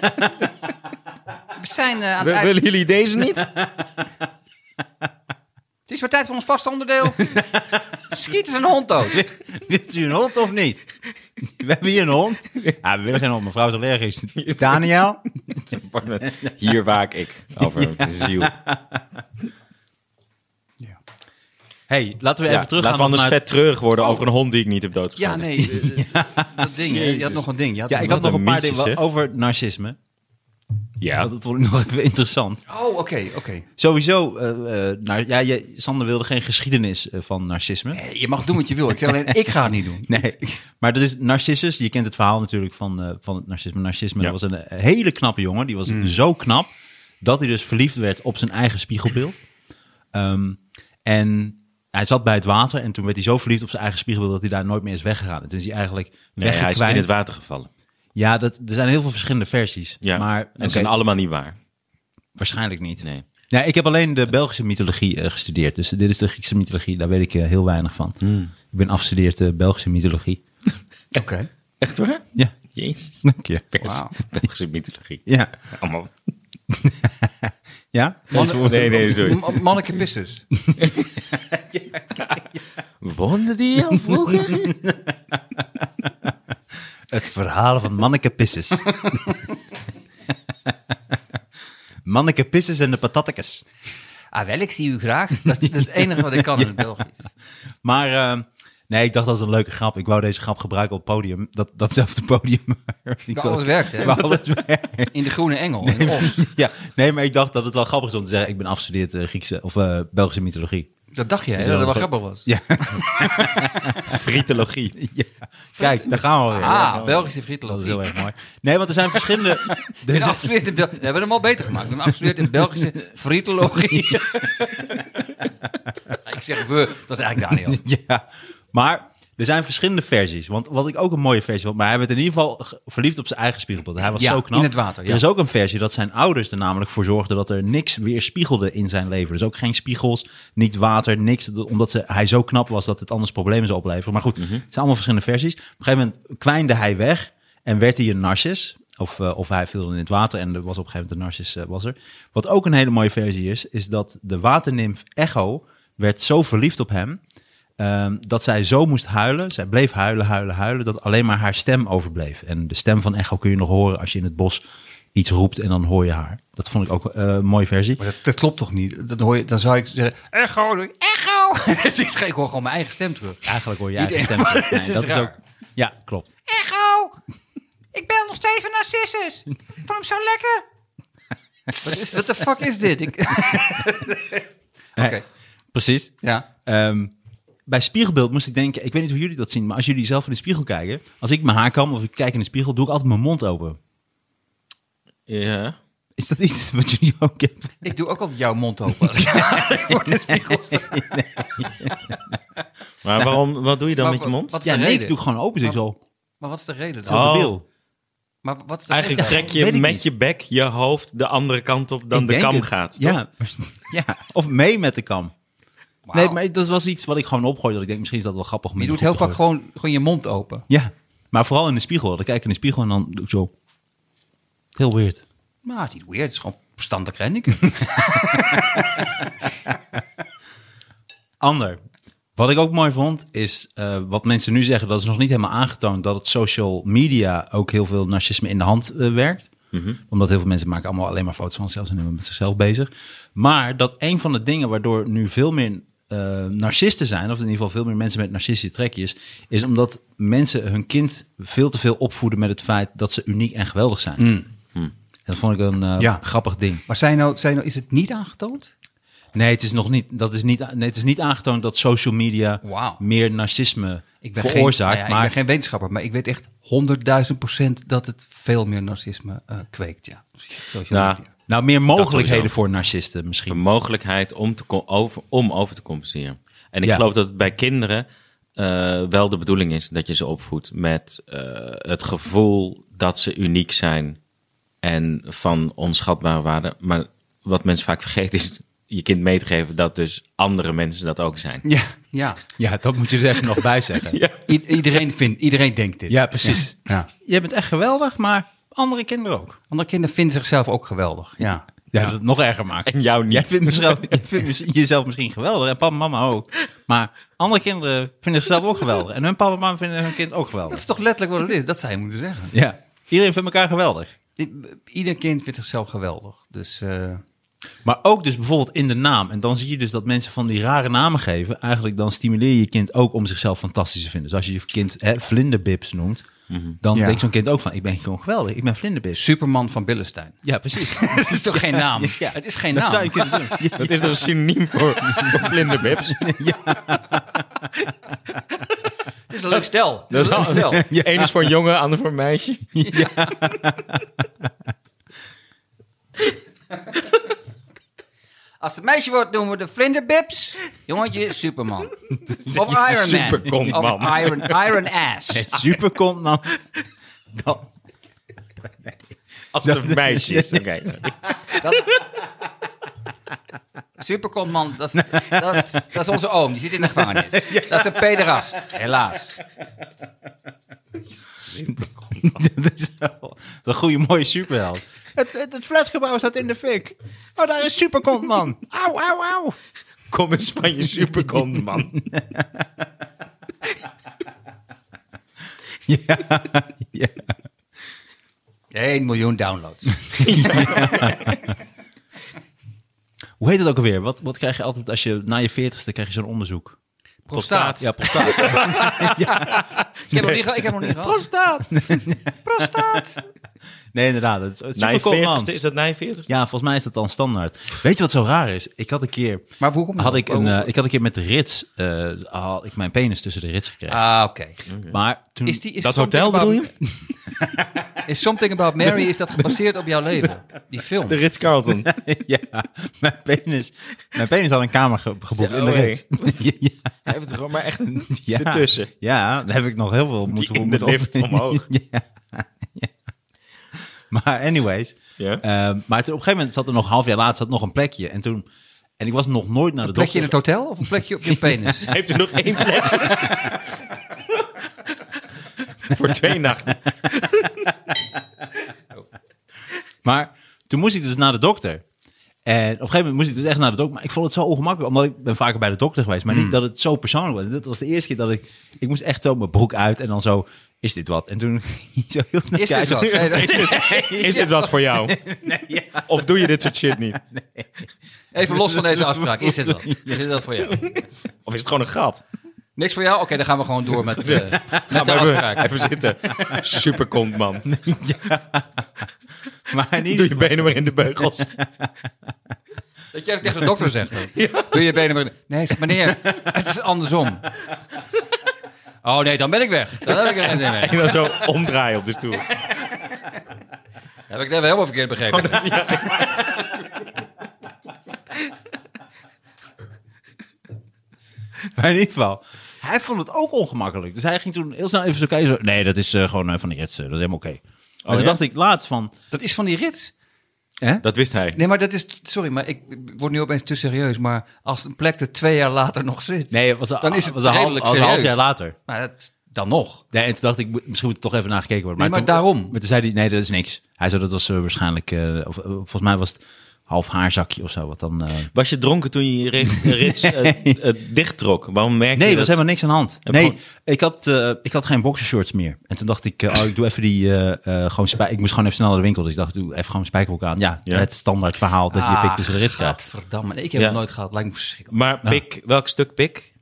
Speaker 6: We zijn eh, aan het
Speaker 4: Wil-
Speaker 6: uit...
Speaker 4: Willen jullie deze niet?
Speaker 6: Het is weer tijd voor ons vaste onderdeel. Schieten ze een hond dood.
Speaker 3: Wilt u een hond of niet? We hebben hier een hond. Ja, we willen geen hond. Mevrouw is allergisch. Daniel?
Speaker 4: Hier waak ik over de ziel.
Speaker 3: hey, laten we
Speaker 4: Ja,
Speaker 3: even teruggaan.
Speaker 4: laten we anders
Speaker 3: naar-
Speaker 4: vet treurig worden over een hond die ik niet heb
Speaker 5: Ja,
Speaker 4: doodgeschoten.
Speaker 5: nee. eh, dat ding, hè. je had
Speaker 4: Jezus.
Speaker 5: nog een ding. Je had
Speaker 3: Ja,
Speaker 5: nog
Speaker 3: ik had
Speaker 5: een-
Speaker 3: nog een paar
Speaker 4: mietjes,
Speaker 3: dingen
Speaker 4: hè?
Speaker 3: over narcisme. Ja,
Speaker 4: Ja,
Speaker 3: dat vond ik nog even interessant.
Speaker 5: Oh, oké, oké.
Speaker 3: Sowieso, eh, eh, nou, ja, je, Sander wilde geen geschiedenis eh, van narcisme.
Speaker 5: Nee, je mag doen wat je wil. Ik zeg alleen, ik ga het niet doen.
Speaker 3: Nee, maar dat is Narcissus. Je kent het verhaal natuurlijk van, eh, van het narcisme. Narcisme
Speaker 4: Ja. Mm.
Speaker 3: dat was een eh, hele knappe jongen. Die was zo knap dat hij dus verliefd werd op zijn eigen spiegelbeeld. Ehm, en hij zat bij het water en toen werd hij zo verliefd op zijn eigen spiegelbeeld dat hij daar nooit meer is weggegaan. En toen is hij eigenlijk
Speaker 4: nee, hij
Speaker 3: weggekwijnd.
Speaker 4: is in het water gevallen.
Speaker 3: ja, dat, er zijn heel veel verschillende versies.
Speaker 4: Ja.
Speaker 3: Maar
Speaker 4: en ze zijn
Speaker 3: oké,
Speaker 4: allemaal niet waar.
Speaker 3: waarschijnlijk niet.
Speaker 4: Nee.
Speaker 3: Ja, ik heb alleen de Belgische mythologie eh, gestudeerd. Dus dit is de Griekse mythologie. Daar weet ik eh, heel weinig van.
Speaker 4: Hmm.
Speaker 3: Ik ben afgestudeerd eh, Belgische mythologie.
Speaker 5: Oké.
Speaker 4: Echt waar?
Speaker 3: Ja,
Speaker 4: Jezus.
Speaker 3: dank je.
Speaker 4: Pers.
Speaker 5: Wauw.
Speaker 4: Belgische mythologie.
Speaker 3: Ja.
Speaker 4: Allemaal.
Speaker 3: Ja?
Speaker 5: Mannen-
Speaker 4: Nee, nee, sorry.
Speaker 5: M- Manneke pisses.
Speaker 4: Woonde die al vroeger?
Speaker 3: Het verhaal van Manneke Pisses. Manneke Pisses en de patattekes.
Speaker 6: Ah, wel, ik zie u graag.
Speaker 5: Dat is, dat is het enige wat ik kan in het Belgisch.
Speaker 3: Maar eh, nee, ik dacht dat is een leuke grap. Ik wou deze grap gebruiken op het podium. Dat, datzelfde podium. Ik
Speaker 5: Dat
Speaker 3: wil-
Speaker 5: alles werkt, hè?
Speaker 3: waar alles werkt.
Speaker 5: In de Groene Engel, in Os.
Speaker 3: Ja, nee, maar ik dacht dat het wel grappig is om te zeggen... ik ben afgestudeerd eh, Griekse of eh, Belgische mythologie.
Speaker 5: Dat dacht je, hè?
Speaker 3: Is
Speaker 5: Dat
Speaker 3: wel
Speaker 5: het
Speaker 3: goed.
Speaker 5: wel grappig was.
Speaker 3: Ja,
Speaker 4: Frietologie.
Speaker 3: ja. Kijk, daar gaan we weer.
Speaker 5: Ah, Belgische
Speaker 3: dat is
Speaker 5: frietologie.
Speaker 3: heel erg mooi. Nee, want er zijn verschillende... er
Speaker 5: Een
Speaker 3: zijn-
Speaker 5: afgestudeerd in Bel- We hebben hem al beter gemaakt. Een afgestudeerd in Belgische frietologie. ik zeg we, dat is eigenlijk Daniel.
Speaker 3: ja, maar er zijn verschillende versies. Want wat ik ook een mooie versie vond, maar hij werd in ieder geval ge- verliefd op zijn eigen spiegelbeeld. Hij was
Speaker 5: Ja,
Speaker 3: zo knap.
Speaker 5: in het water, ja.
Speaker 3: Er is ook een versie dat zijn ouders er namelijk voor zorgden dat er niks weer spiegelde in zijn leven. Dus ook geen spiegels, niet water, niks. Dat- Omdat ze, hij zo knap was dat het anders problemen zou opleveren. Maar goed,
Speaker 5: Mhm.
Speaker 3: het zijn allemaal verschillende versies. Op een gegeven moment kwijnde hij weg en werd hij een narcis. Of, eh, of hij viel in het water en er was op een gegeven moment een narcis eh, was er. Wat ook een hele mooie versie is, is dat de waternimf Echo werd zo verliefd op hem... Ehm, dat zij zo moest huilen. Zij bleef huilen, huilen, huilen. Dat alleen maar haar stem overbleef. En de stem van Echo kun je nog horen als je in het bos iets roept en dan hoor je haar. Dat vond ik ook eh, een mooie versie.
Speaker 5: Maar dat, dat klopt toch niet? Dan, hoor je, dan zou ik zeggen, echo, doe ik, echo. Het is geen, ik hoor gewoon mijn eigen stem terug.
Speaker 3: Eigenlijk hoor je eigen
Speaker 5: Niet
Speaker 3: stem.
Speaker 5: echt, maar
Speaker 3: terug.
Speaker 5: het
Speaker 3: Nee,
Speaker 5: is
Speaker 3: dat is
Speaker 5: raar.
Speaker 3: ook. Ja, klopt.
Speaker 6: Echo! Ik bel nog steeds van Narcissus. Ik vond hem zo lekker.
Speaker 5: Wat de fuck is dit? Ik- Oké,
Speaker 3: Nee, precies.
Speaker 5: ja.
Speaker 3: Ehm, bij spiegelbeeld moest ik denken, ik weet niet hoe jullie dat zien, maar als jullie zelf in de spiegel kijken, als ik mijn haar kam of ik kijk in de spiegel, doe ik altijd mijn mond open.
Speaker 4: Ja.
Speaker 3: Is dat iets wat jullie ook hebben?
Speaker 5: Ik doe ook altijd jouw mond open. Ik word in spiegel.
Speaker 4: Nou, Maar waarom, wat doe je dan
Speaker 5: Maar
Speaker 4: met je
Speaker 5: wat-
Speaker 4: mond?
Speaker 5: Wat is
Speaker 3: Ja, Oh.
Speaker 5: de
Speaker 3: niks.
Speaker 5: reden?
Speaker 3: Doe ik gewoon open, zeg ik zo.
Speaker 5: Maar wat is de reden? dan?
Speaker 3: Zo
Speaker 4: Oh.
Speaker 3: debiel.
Speaker 5: Maar wat is de
Speaker 4: Eigenlijk
Speaker 5: reden?
Speaker 4: trek je
Speaker 3: weet ik
Speaker 4: met
Speaker 3: niet.
Speaker 4: je bek je hoofd de andere kant op dan
Speaker 3: Ik
Speaker 4: de
Speaker 3: denk
Speaker 4: kam
Speaker 3: het.
Speaker 4: gaat. toch?
Speaker 3: Ja. ja, of mee met de kam.
Speaker 5: Wauw.
Speaker 3: Nee, maar dat was iets wat ik gewoon opgooide. Dat ik denk, misschien is dat wel grappig. om
Speaker 5: Je
Speaker 3: in de
Speaker 5: doet heel
Speaker 3: groep
Speaker 5: vaak
Speaker 3: te
Speaker 5: gewoon, gewoon je mond open.
Speaker 3: gooien. Ja, maar vooral in de spiegel. Dan kijk ik in de spiegel en dan doe ik zo. Heel weird.
Speaker 5: Maar het is niet weird. Het is gewoon verstandig rennen.
Speaker 3: Ander. Wat ik ook mooi vond, is eh, wat mensen nu zeggen, dat is nog niet helemaal aangetoond, dat het social media ook heel veel narcisme in de hand eh, werkt. Omdat heel veel mensen maken allemaal alleen maar foto's van zichzelf en zijn met zichzelf bezig. Maar dat een van de dingen waardoor nu veel meer eh, narcisten zijn, of in ieder geval veel meer mensen met narcistische trekjes, is omdat mensen hun kind veel te veel opvoeden met het feit dat ze uniek en geweldig zijn. En dat vond ik een eh,
Speaker 5: Ja.
Speaker 3: grappig ding.
Speaker 5: Maar zijn nou, zijn nou, is het niet aangetoond?
Speaker 3: Nee, het is nog niet. Dat is niet. Nee, het is niet aangetoond dat social media
Speaker 5: Wauw.
Speaker 3: meer narcisme
Speaker 5: Ik ben
Speaker 3: veroorzaakt.
Speaker 5: geen, nou ja,
Speaker 3: maar
Speaker 5: ik ben geen wetenschapper, maar ik weet echt 100.000 procent dat het veel meer narcisme eh, kweekt. Ja. Social
Speaker 4: Nou,
Speaker 5: media.
Speaker 3: nou, meer mogelijkheden
Speaker 4: sowieso.
Speaker 3: voor narcisten
Speaker 4: De
Speaker 3: misschien.
Speaker 4: mogelijkheid om, te co- over, om over te compenseren. En ik
Speaker 3: Ja.
Speaker 4: geloof dat het bij kinderen eh, wel de bedoeling is dat je ze opvoedt met eh, het gevoel dat ze uniek zijn en van onschatbare waarde. Maar wat mensen vaak vergeten is je kind mee te geven dat dus andere mensen dat ook zijn.
Speaker 5: Ja, ja.
Speaker 3: Ja, dat moet je er even nog bij zeggen. Ja,
Speaker 5: I- iedereen, vindt, iedereen denkt dit.
Speaker 3: precies.
Speaker 5: Ja.
Speaker 3: Je bent echt geweldig, maar andere kinderen ook.
Speaker 5: Andere kinderen vinden zichzelf ook geweldig. Ja.
Speaker 3: Ja, dat het nog erger maken.
Speaker 4: En jou niet.
Speaker 3: Jij vindt, misschien, jij vindt misschien- jezelf misschien geweldig en papa en mama ook. Maar andere kinderen vinden zichzelf ook geweldig. En hun papa en mama vinden hun kind ook
Speaker 5: Dat
Speaker 3: geweldig.
Speaker 5: is toch letterlijk wat het is? Dat zou je moeten zeggen.
Speaker 3: Ja. Iedereen vindt elkaar geweldig.
Speaker 5: I- Ieder kind vindt zichzelf geweldig. Dus eh,
Speaker 3: Maar ook dus bijvoorbeeld in de naam. En dan zie je dus dat mensen van die rare namen geven. Eigenlijk dan stimuleer je je kind ook om zichzelf fantastisch te vinden. Dus als je je kind hè, vlinderbips noemt,
Speaker 4: Mhm.
Speaker 3: dan
Speaker 5: Ja.
Speaker 3: denkt zo'n kind ook van... ik ben gewoon geweldig, ik ben vlinderbips.
Speaker 5: Superman van Billenstein.
Speaker 3: Ja, precies.
Speaker 5: Dat is toch geen naam?
Speaker 3: Ja,
Speaker 5: Het is geen
Speaker 3: dat
Speaker 5: naam.
Speaker 4: Nou.
Speaker 3: zou je kunnen doen. Ja.
Speaker 4: Dat is toch een synoniem voor, voor vlinderbips?
Speaker 5: Het is een leuk stel. Het is een leuk stel.
Speaker 4: Eén is voor een jongen, ander voor een meisje.
Speaker 6: Als het meisje wordt, noemen we de vlinderbips. Jongetje, Superman. Of Iron Man.
Speaker 4: superkont,
Speaker 6: of
Speaker 4: man.
Speaker 6: Iron, Iron Ass.
Speaker 3: Superkont, man. Dan,
Speaker 4: Als het een meisje is. Oké, sorry.
Speaker 6: Superkontman, dat is, dat, is, dat is onze oom. Die zit in de gevangenis. Dat is een pederast, helaas.
Speaker 3: dat is wel een goede, mooie superheld. Het, het, het flatgebouw staat in de fik. Oh, daar is Superkont, man. Auw, auw, auw.
Speaker 4: Kom in Spanje, superkont, man.
Speaker 3: Ja, ja.
Speaker 6: 1 miljoen downloads.
Speaker 3: Hoe heet dat ook alweer? Wat, wat krijg je altijd als je na je veertigste krijg je zo'n onderzoek?
Speaker 6: Prostaat.
Speaker 3: Ja, prostaat.
Speaker 6: Ik heb nog niet, ge- ik heb nog niet gehad.
Speaker 4: Prostaat.
Speaker 3: Nee, inderdaad. Het is het is
Speaker 4: Na je
Speaker 3: superkont, man.
Speaker 4: 40ste, is dat na je 40ste?
Speaker 3: Ja, volgens mij is dat dan standaard. Weet je wat zo raar is? Ik had een keer,
Speaker 5: Maar hoe komt dat?
Speaker 3: had ik, een,
Speaker 5: Waarom-
Speaker 3: eh, ik had een keer met de rits, eh, had ik mijn penis tussen de rits gekregen.
Speaker 6: Ah, oké.
Speaker 3: maar toen,
Speaker 5: Is die- is
Speaker 4: Dat
Speaker 5: Something
Speaker 4: hotel bedoel
Speaker 5: About-
Speaker 4: je?
Speaker 6: Is Something About Mary, is dat gebaseerd op jouw leven? Die film.
Speaker 4: De Ritz-Carlton.
Speaker 3: ja, mijn penis, mijn penis had een kamer ge- geboekt
Speaker 4: Zo,
Speaker 3: in de
Speaker 4: hé.
Speaker 3: rits. ja,
Speaker 4: Hij heeft er gewoon maar echt een
Speaker 3: ja.
Speaker 4: ertussen.
Speaker 3: Ja, daar heb ik nog heel veel moeten
Speaker 4: in de
Speaker 3: moeten
Speaker 4: lift
Speaker 3: op-
Speaker 4: omhoog.
Speaker 3: ja, ja. Maar anyways,
Speaker 4: Ja.
Speaker 3: ehm, maar toen, op een gegeven moment zat er nog een half jaar later zat nog een plekje. En toen, en ik was nog nooit naar de
Speaker 6: Een plekje in
Speaker 3: dokter.
Speaker 6: het hotel of een plekje op je penis?
Speaker 4: Hij heeft er nog één plek. Voor twee nachten.
Speaker 3: Maar toen moest ik dus naar de dokter. En op een gegeven moment moest ik dus echt naar de dokter. Maar ik vond het zo ongemakkelijk, omdat ik ben vaker bij de dokter geweest. Maar
Speaker 4: Hmm.
Speaker 3: niet dat het zo persoonlijk was. Dit was de eerste keer dat ik... Ik moest echt zo mijn broek uit en dan zo... Is dit wat? En toen zo heel snel
Speaker 6: Is dit
Speaker 3: kijken.
Speaker 6: wat? Zei je dat?
Speaker 4: Is dit wat voor jou? Of doe je dit soort shit niet?
Speaker 6: Even los van deze afspraak. Is dit wat? Is dit wat voor jou?
Speaker 4: Of is het gewoon een gat?
Speaker 6: Niks voor jou? Oké, dan gaan we gewoon door met, eh met de
Speaker 4: Maar even,
Speaker 6: afspraak.
Speaker 4: even zitten. Superkont, man.
Speaker 3: Maar niet...
Speaker 4: Doe je benen maar in de beugels.
Speaker 6: Dat jij dat tegen de dokter zegt. ook. Doe je benen maar... Nee, zeg, meneer, het is andersom. Oh nee, dan ben ik weg. Dan heb ik er geen zin mee.
Speaker 4: En dan zo omdraaien op de stoel.
Speaker 6: Heb ik dat helemaal verkeerd
Speaker 4: Oh,
Speaker 6: begrepen?
Speaker 3: Maar in ieder geval, hij vond het ook ongemakkelijk. Dus hij ging toen heel snel even zo kijken. Zo, nee, dat is eh, gewoon eh, van de rits. eh, dat is helemaal oké. maar toen
Speaker 4: ja?
Speaker 3: dacht ik laatst van...
Speaker 5: Dat is van die rits.
Speaker 4: Dat wist hij.
Speaker 5: Nee, maar dat is... Sorry, maar ik word nu opeens te serieus. Maar als een plek er twee jaar later nog zit...
Speaker 3: Nee, het was,
Speaker 5: Dan is het
Speaker 3: was een, half,
Speaker 5: redelijk
Speaker 3: was een half jaar
Speaker 5: serieus.
Speaker 3: later.
Speaker 5: Maar dat, dan nog.
Speaker 3: Nee, en toen dacht ik, moet- misschien moet er toch even naar gekeken worden.
Speaker 5: Nee, maar
Speaker 3: toen-
Speaker 5: daarom.
Speaker 3: Maar toen zei hij, nee, dat is niks. Hij zei, dat was eh, waarschijnlijk... eh, of, eh, volgens mij was het half haarzakje of zo. Wat dan, eh.
Speaker 4: Was je dronken toen je je rit- rits eh, eh, dichttrok? Waarom merk
Speaker 3: Nee,
Speaker 4: je
Speaker 3: er was helemaal niks aan de hand. Nee,
Speaker 4: gewoon-
Speaker 3: ik, had, eh, ik had geen boxershorts meer. En toen dacht ik, eh, oh, ik doe even die... eh, eh, gewoon spij- ik moest gewoon even snel naar de winkel. Dus ik dacht, doe even gewoon een spijkerbroek aan. Ja,
Speaker 4: Ja.
Speaker 3: het standaard verhaal dat je je pik
Speaker 6: Ah,
Speaker 3: tussen de rits krijgt.
Speaker 5: Gadverdamme. Nee, ik heb
Speaker 4: Ja.
Speaker 5: het nooit gehad. Lijkt me verschrikkelijk.
Speaker 4: Maar
Speaker 3: Ah.
Speaker 4: pik, welk stuk pik?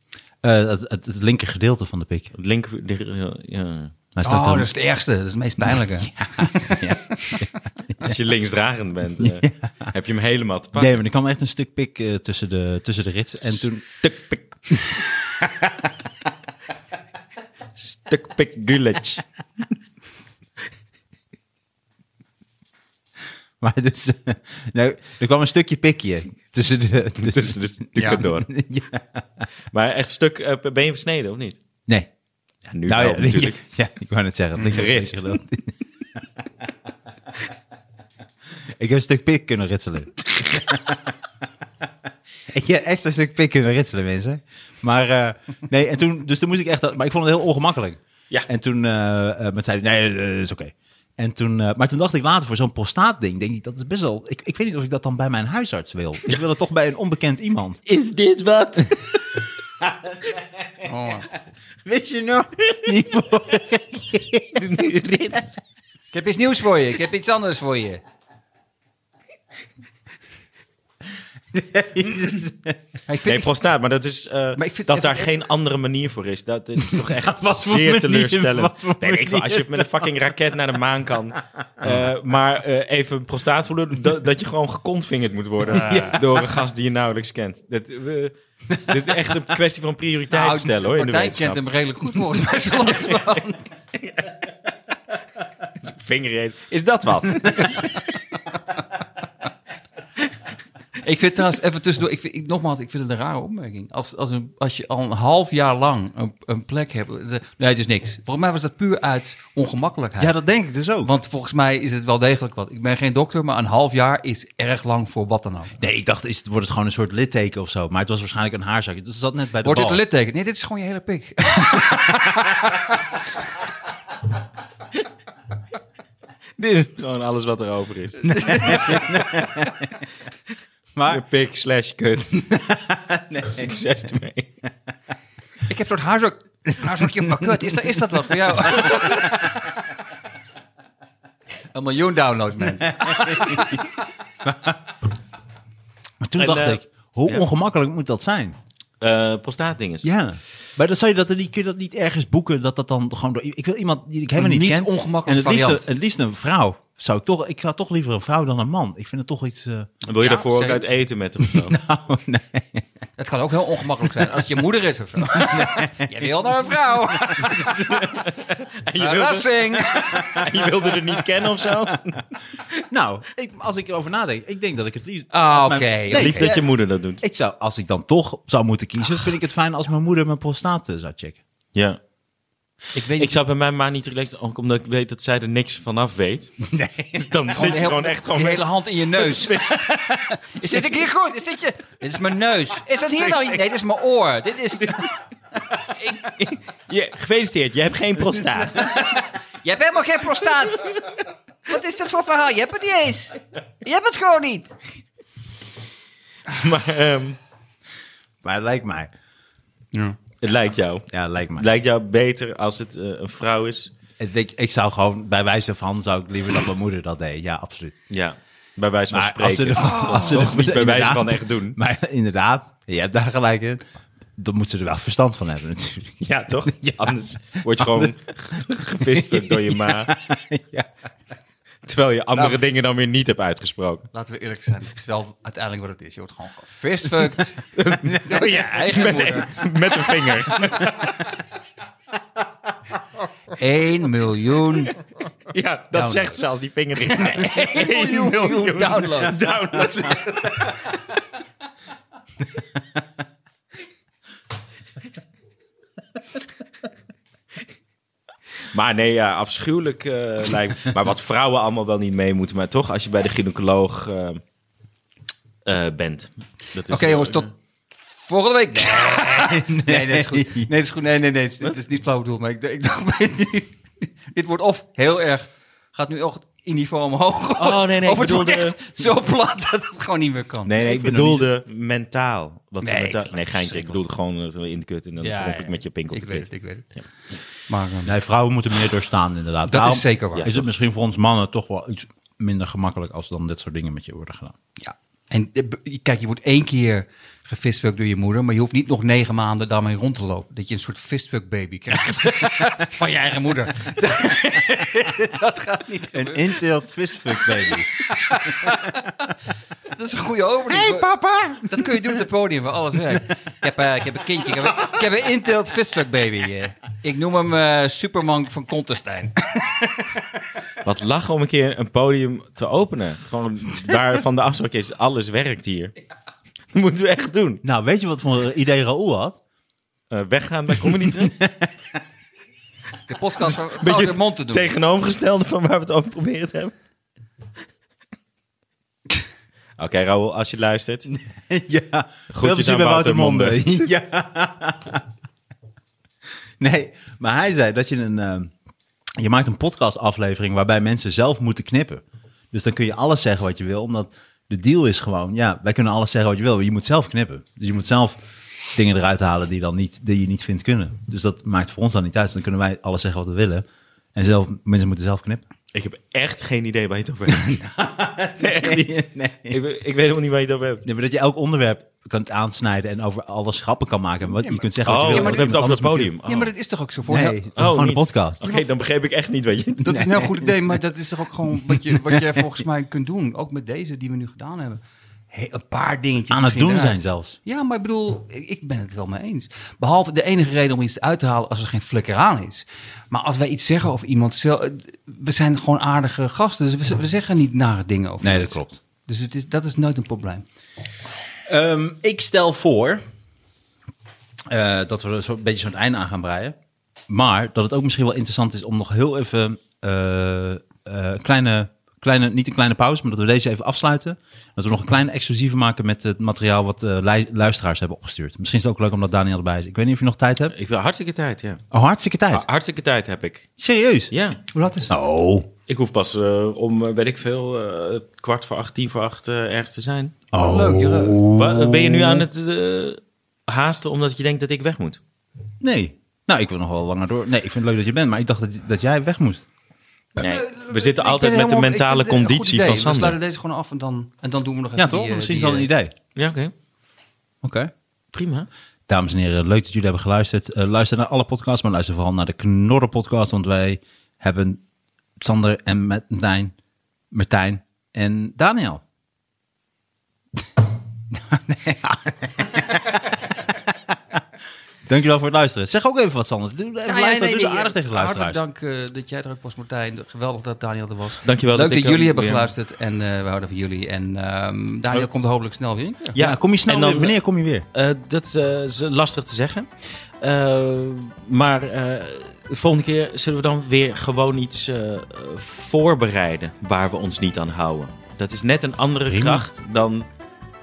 Speaker 3: Eh, het, het, het linker gedeelte van de pik.
Speaker 4: Het linker... de- eh, Ja.
Speaker 3: Hij staat
Speaker 5: Oh,
Speaker 3: dan-
Speaker 5: dat is het ergste. Dat is het meest pijnlijke.
Speaker 4: Als je linksdragend bent, eh, heb je hem helemaal te pakken.
Speaker 3: Nee, maar er kwam echt een stuk pik eh, tussen, de, tussen de rits. En toen...
Speaker 4: Stuk pik. Stuk pik gulletje.
Speaker 3: Maar dus, eh, nou, er kwam een stukje pikje tussen de...
Speaker 5: Dus-
Speaker 3: tussen-
Speaker 4: Tussen de stukken door.
Speaker 3: Ja.
Speaker 4: Maar echt stuk, eh, ben je besneden of niet?
Speaker 3: Nee.
Speaker 4: Ja, nu
Speaker 3: Nou,
Speaker 4: wel,
Speaker 3: ja,
Speaker 4: natuurlijk.
Speaker 3: ja, ja, ik wou net zeggen. linker-
Speaker 4: Geritst.
Speaker 3: linker- Ik heb een stuk pik kunnen ritselen. ik heb echt een stuk pik kunnen ritselen, mensen. Maar eh, nee, en toen, dus toen moest ik echt, maar ik vond het heel ongemakkelijk.
Speaker 4: Ja.
Speaker 3: En toen eh eh, met zei hij, nee, eh, dat is oké. En toen, eh, maar toen dacht ik later voor zo'n prostaatding, denk ik, dat is best wel, ik, ik weet niet of ik dat dan bij mijn huisarts wil. Ik wil het toch bij een onbekend iemand.
Speaker 4: Is dit wat?
Speaker 5: Oh.
Speaker 3: Weet je nog?
Speaker 4: Rits.
Speaker 6: Ik heb iets nieuws voor je. Ik heb iets anders voor je. Maar ik vind,
Speaker 4: Nee, prostaat, maar dat is eh,
Speaker 6: Maar ik vind
Speaker 4: dat
Speaker 6: even-
Speaker 4: daar geen andere manier voor is. Dat is toch echt
Speaker 3: Wat voor
Speaker 4: zeer
Speaker 3: manier,
Speaker 4: teleurstellend.
Speaker 3: wat voor
Speaker 4: Weet ik wel, als je
Speaker 3: manier
Speaker 4: met een fucking raket naar de maan kan, eh, maar eh, even prostaat voelen, dat, dat je gewoon gekontvingerd moet worden eh, door een gast die je nauwelijks kent. Dat, eh, we- dit is echt een kwestie van prioriteit
Speaker 6: Nou,
Speaker 4: stellen hoor. In de
Speaker 6: partij kent
Speaker 4: wetenschap.
Speaker 6: hem redelijk goed volgens mij. zo'n landsman.
Speaker 4: Vingerreep. Is dat wat?
Speaker 5: Ik vind trouwens, even tussendoor, ik vind, ik, nogmaals, ik vind het een rare opmerking. Als, als, een, als je al een half jaar lang een, een plek hebt, de- nee, het is niks. Volgens mij was dat puur uit ongemakkelijkheid.
Speaker 3: Ja, dat denk ik dus ook.
Speaker 5: Want volgens mij is het wel degelijk wat. Ik ben geen dokter, maar een half jaar is erg lang voor wat dan ook.
Speaker 3: Nee, ik dacht, is het, wordt het gewoon een soort litteken of zo. Maar het was waarschijnlijk een haarzakje. Dus het zat net bij de
Speaker 5: Wordt dit
Speaker 3: bal.
Speaker 5: een litteken? Nee, dit is gewoon je hele pik.
Speaker 4: Dit is gewoon alles wat er over is. Je
Speaker 3: Maar,
Speaker 4: pik slash kut. Succes ermee.
Speaker 6: Ik heb een soort haarzak. Haarzakje op mijn kut. Is dat, is dat wat voor jou?
Speaker 5: Een miljoen downloads, mensen.
Speaker 3: maar toen
Speaker 4: En,
Speaker 3: dacht
Speaker 4: eh,
Speaker 3: ik, hoe
Speaker 4: ja.
Speaker 3: ongemakkelijk moet dat zijn?
Speaker 4: Eh prostaatdinges.
Speaker 3: Ja. Maar dan zou je dat, niet- kun je dat niet ergens boeken, dat dat dan gewoon... Door, ik wil iemand die ik helemaal
Speaker 5: Een
Speaker 3: niet,
Speaker 5: niet
Speaker 3: ken.
Speaker 5: ongemakkelijk
Speaker 3: en het liefst,
Speaker 5: variant.
Speaker 3: een- het liefst een vrouw. Zou ik, toch, ik zou toch liever een vrouw dan een man. Ik vind het toch iets... eh,
Speaker 4: Wil je daarvoor ook
Speaker 5: zeker.
Speaker 4: uit eten met hem? of zo?
Speaker 5: Oh,
Speaker 3: nou, nee.
Speaker 6: Dat kan ook heel ongemakkelijk zijn als het je moeder is of zo. Je wil naar een vrouw.
Speaker 4: En je wilde-
Speaker 6: Verrassing.
Speaker 4: en je wilde er niet kennen of zo?
Speaker 3: nou ik, als ik erover nadenk, ik denk dat ik het liefst...
Speaker 6: Ah,
Speaker 3: mijn-
Speaker 6: oké.
Speaker 3: Nee,
Speaker 4: Lief dat
Speaker 3: eh,
Speaker 4: je moeder dat doet.
Speaker 3: Ik zou, als ik dan toch zou moeten kiezen, vind ik het fijn als mijn moeder mijn prostaat eh, zou checken.
Speaker 4: Ja.
Speaker 5: Ik weet
Speaker 4: Ik
Speaker 5: niet.
Speaker 4: zou bij mijn ma niet relaxen, ook omdat ik weet dat zij er niks vanaf weet. Nee. Dan zit je
Speaker 6: heel-
Speaker 4: gewoon echt gewoon
Speaker 6: Die
Speaker 4: met...
Speaker 6: hele hand in je neus. Is dit ik hier goed? Is dit je... Dit is mijn neus. Is dat hier nou? Nee, dit is mijn oor. Dit is...
Speaker 4: Je, gefeliciteerd, je hebt geen prostaat.
Speaker 6: Je hebt helemaal geen prostaat. Wat is dit voor verhaal? Je hebt het niet eens. Je hebt het gewoon niet.
Speaker 4: maar ehm,
Speaker 3: Maar het lijkt mij.
Speaker 4: het lijkt jou.
Speaker 3: Ja, het lijkt mij.
Speaker 4: Het lijkt jou beter als het eh, een vrouw is.
Speaker 3: Ik, denk- ik zou gewoon, bij wijze van, zou ik liever dat mijn moeder dat deed. Ja, absoluut.
Speaker 4: Ja, bij wijze van
Speaker 3: Maar
Speaker 4: spreken. Oh.
Speaker 3: als ze ervan, als ze
Speaker 4: Toch
Speaker 3: er-
Speaker 4: niet bij wijze van
Speaker 3: inderdaad.
Speaker 4: echt doen.
Speaker 3: Maar inderdaad, je hebt daar gelijk in. Dan moet ze er wel verstand van hebben natuurlijk.
Speaker 4: Ja, toch?
Speaker 3: Ja.
Speaker 4: Anders word je gewoon gevist door je ma.
Speaker 3: Ja.
Speaker 4: Terwijl je andere dingen dan weer niet hebt uitgesproken.
Speaker 5: Laten we eerlijk zijn. Het is wel uiteindelijk wat het is. Je wordt gewoon gefistfucked. door je eigen
Speaker 4: Met
Speaker 5: moeder.
Speaker 4: een, met een vinger.
Speaker 6: 1 miljoen.
Speaker 4: Ja, dat
Speaker 6: Downloads.
Speaker 4: zegt zelfs die vinger. niet.
Speaker 6: 1 miljoen, downloads.
Speaker 4: Downloads. Maar nee, ja, afschuwelijk eh, lijkt me. Maar wat vrouwen allemaal wel niet mee moeten. Maar toch, als je bij de gynaecoloog eh, eh, bent. dat is,
Speaker 6: Oké jongens,
Speaker 4: eh,
Speaker 6: tot volgende week.
Speaker 5: Nee, nee, is goed. Nee, dat is goed. Nee, nee, nee. Het is- het is niet flauw bedoeld, maar ik, d- ik dacht, dit wordt of heel erg, gaat nu echt in niveau omhoog.
Speaker 4: Oh, nee, nee,
Speaker 5: Of
Speaker 4: ik
Speaker 5: het wordt
Speaker 4: bedoelde-
Speaker 5: echt zo plat dat het gewoon niet meer kan.
Speaker 4: Nee, nee, ik
Speaker 3: Ik vind het niet
Speaker 4: bedoelde mentaal. Wat
Speaker 5: Nee,
Speaker 4: nee, mentaal...
Speaker 5: ik-
Speaker 4: nee, geintje. Ik bedoelde gewoon eh, in de kut en dan
Speaker 5: Ja,
Speaker 4: ja,
Speaker 5: ja,
Speaker 4: ik met je pink op
Speaker 5: Ik
Speaker 4: de
Speaker 5: weet
Speaker 4: kut.
Speaker 5: het, ik weet het. Maar ehm,
Speaker 3: Nee, vrouwen moeten meer doorstaan inderdaad.
Speaker 5: dat is zeker waar.
Speaker 3: Is het misschien voor ons mannen toch wel iets minder gemakkelijk als dan dit soort dingen met je worden gedaan?
Speaker 5: Ja. En eh, b- kijk, je wordt één keer gefistfucked door je moeder, maar je hoeft niet nog negen maanden daarmee rond te lopen. Dat je een soort fistfuck baby krijgt van je eigen moeder. dat gaat niet.
Speaker 3: Een intilt fistfuck baby.
Speaker 5: Dat is een goede opening. Hey,
Speaker 3: Papa!
Speaker 5: Dat kun je doen op het podium, waar alles werkt. Ik heb, eh, ik heb een kindje, ik heb, een- ik heb een intelt fistfuck baby. eh. ik noem hem eh, Superman van Kontestein.
Speaker 4: Wat lachen om een keer een podium te openen. Gewoon daar van de afspraak is, alles werkt hier. Dat moeten we echt doen.
Speaker 3: Nou, weet je wat voor idee Raoul had?
Speaker 4: Eh, weggaan bij Comedy Train.
Speaker 5: De podcast van
Speaker 4: Beetje
Speaker 5: Wouter Mond te doen.
Speaker 4: tegenovergestelde van waar we het over proberen te hebben. Oké, Raoul, als je luistert.
Speaker 3: ja,
Speaker 4: Groetjes
Speaker 3: veel plezier
Speaker 4: aan
Speaker 3: bij Wouter
Speaker 4: Wouter
Speaker 3: Monde. ja. Nee, maar hij zei dat je een... ehm, je maakt een podcastaflevering waarbij mensen zelf moeten knippen. Dus dan kun je alles zeggen wat je wil, omdat de deal is gewoon... Ja, wij kunnen alles zeggen wat je wil, maar je moet zelf knippen. Dus je moet zelf dingen eruit halen die, dan niet, die je niet vindt kunnen. Dus dat maakt voor ons dan niet uit. Dus dan kunnen wij alles zeggen wat we willen. En zelf, mensen moeten zelf knippen.
Speaker 4: Ik heb echt geen idee waar je het over hebt. nee, echt niet.
Speaker 3: nee. Oh,
Speaker 4: Ik, ben- ik weet helemaal niet waar je het over hebt.
Speaker 3: Nee, maar dat je elk onderwerp kunt aansnijden en over alles grappen kan maken. En Wat,
Speaker 5: Ja,
Speaker 3: je
Speaker 5: maar-
Speaker 3: kunt zeggen
Speaker 4: Oh,
Speaker 3: wat je
Speaker 4: ja,
Speaker 3: wil.
Speaker 4: maar
Speaker 3: dat
Speaker 4: dan heb je het over het podium.
Speaker 5: Ja, maar
Speaker 4: Oh.
Speaker 5: dat is toch ook zo voor Nou,
Speaker 3: Nee,
Speaker 5: heel-
Speaker 3: gewoon
Speaker 4: niet.
Speaker 3: een podcast.
Speaker 4: Oké, dan begreep ik echt niet wat je...
Speaker 5: Dat is een heel goed idee, maar dat is toch ook gewoon wat je, wat je volgens mij kunt doen. Ook met deze die we nu gedaan hebben. He- een paar dingetjes.
Speaker 3: Aan het
Speaker 5: misschien
Speaker 3: doen
Speaker 5: eruit.
Speaker 3: zijn zelfs.
Speaker 5: Ja, maar ik bedoel, ik, ik ben het wel mee eens. Behalve de enige reden om iets uit te halen als er geen flikker aan is. Maar als wij iets zeggen over iemand zelf. We zijn gewoon aardige gasten, dus we, z- we zeggen niet nare dingen over
Speaker 3: Nee, dat
Speaker 5: mensen.
Speaker 3: klopt.
Speaker 5: Dus het is, dat is nooit een probleem.
Speaker 3: Ehm, ik stel voor eh, dat we er zo, een beetje zo'n einde aan gaan breien. Maar dat het ook misschien wel interessant is om nog heel even eh, eh, kleine, kleine, niet een kleine pauze, maar dat we deze even afsluiten. Dat we nog een kleine exclusieve maken met het materiaal wat eh, lui- luisteraars hebben opgestuurd. Misschien is het ook leuk omdat Daniel erbij is. Ik weet niet of je nog tijd hebt.
Speaker 4: Ik wil hartstikke tijd, ja.
Speaker 3: Oh, hartstikke tijd.
Speaker 4: Hartstikke tijd heb ik.
Speaker 3: Serieus?
Speaker 4: Ja.
Speaker 5: Hoe laat is het?
Speaker 3: Oh,
Speaker 4: Ik hoef pas eh, om, eh, weet ik veel, eh, kwart voor acht, tien voor acht eh, ergens te zijn.
Speaker 3: oh.
Speaker 5: Leuk, Jeroen.
Speaker 4: Wa- Ben je nu aan het eh, haasten omdat je denkt dat ik weg moet?
Speaker 3: Nee. Nou, ik wil nog wel langer door. Nee, ik vind het leuk dat je bent, maar ik dacht dat, dat jij weg moest.
Speaker 4: Nee. We
Speaker 5: Ik
Speaker 4: zitten
Speaker 5: ben
Speaker 4: altijd met de
Speaker 5: helemaal- ik
Speaker 4: mentale
Speaker 5: vind het een goed
Speaker 4: conditie
Speaker 5: idee. dus
Speaker 4: van
Speaker 5: We
Speaker 4: Sander.
Speaker 5: sluiten deze gewoon af en dan, en dan doen we nog even
Speaker 3: Ja,
Speaker 5: die,
Speaker 3: toch?
Speaker 5: eh,
Speaker 3: Misschien is
Speaker 5: die,
Speaker 3: dat een
Speaker 5: eh,
Speaker 3: idee. Oké.
Speaker 4: Ja, oké. Prima.
Speaker 3: Dames en heren, leuk dat jullie hebben geluisterd. Eh, luister naar alle podcasts, maar luister vooral naar de Knorren podcast. Want wij hebben Sander en Martijn, Martijn en Daniel. Nee. Dankjewel voor het luisteren. Zeg ook even wat, Sander. Doe even
Speaker 5: Nou ja,
Speaker 3: luisteren.
Speaker 5: nee,
Speaker 3: Doe ze
Speaker 5: nee,
Speaker 3: aardig tegen de luisteraars.
Speaker 5: Hartelijk dank eh, dat jij er ook was, Martijn. Geweldig dat Daniel er was.
Speaker 4: Dankjewel.
Speaker 5: Leuk dat
Speaker 4: ik ook
Speaker 5: jullie hebben
Speaker 4: weer-
Speaker 5: geluisterd en eh, we houden van jullie. En ehm, Daniel
Speaker 4: Oh.
Speaker 5: komt er hopelijk snel weer in. Ja.
Speaker 3: Ja, kom je snel
Speaker 4: en dan-
Speaker 3: weer. Wanneer kom je weer?
Speaker 4: Eh, dat eh, is lastig te zeggen. Eh, maar eh, de volgende keer zullen we dan weer gewoon iets eh, eh, voorbereiden waar we ons niet aan houden. Dat is net een andere
Speaker 3: Prima.
Speaker 4: kracht dan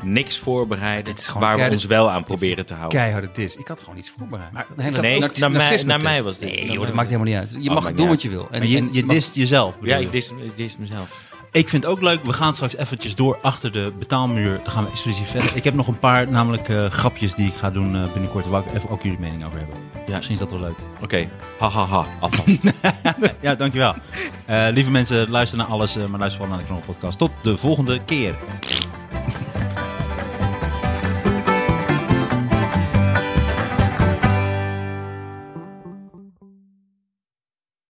Speaker 4: niks voorbereiden
Speaker 5: is gewoon
Speaker 4: waar we
Speaker 5: keiharde-
Speaker 4: ons wel aan proberen te houden.
Speaker 5: Keiharde dis. Ik had gewoon iets voorbereid. nee,
Speaker 4: nee, naar mij- naar mij was dit.
Speaker 5: Nee,
Speaker 4: Naar
Speaker 5: joh,
Speaker 4: mij
Speaker 5: dat
Speaker 4: was
Speaker 5: maakt helemaal niet uit. Je
Speaker 4: maakt
Speaker 5: mag
Speaker 4: niet
Speaker 5: doen
Speaker 4: uit.
Speaker 5: wat je wil.
Speaker 3: Oh, Maar je,
Speaker 5: en-
Speaker 3: je
Speaker 5: mag-
Speaker 3: dist jezelf. bedoel
Speaker 4: Ja,
Speaker 3: je?
Speaker 4: ik dis, ik dis mezelf.
Speaker 3: Ik vind het ook leuk. We gaan straks eventjes door achter de betaalmuur. Dan gaan we exclusief verder. Ik heb nog een paar namelijk eh, grapjes die ik ga doen eh, binnenkort. Waar ik even ook jullie mening over hebben.
Speaker 4: Ja.
Speaker 3: Misschien is dat wel leuk.
Speaker 4: Oké, ha ha ha. Alvast.
Speaker 3: Ja, dankjewel. Eh lieve mensen, luister naar alles. eh, maar luister vooral naar de Knol Podcast. Tot de volgende keer.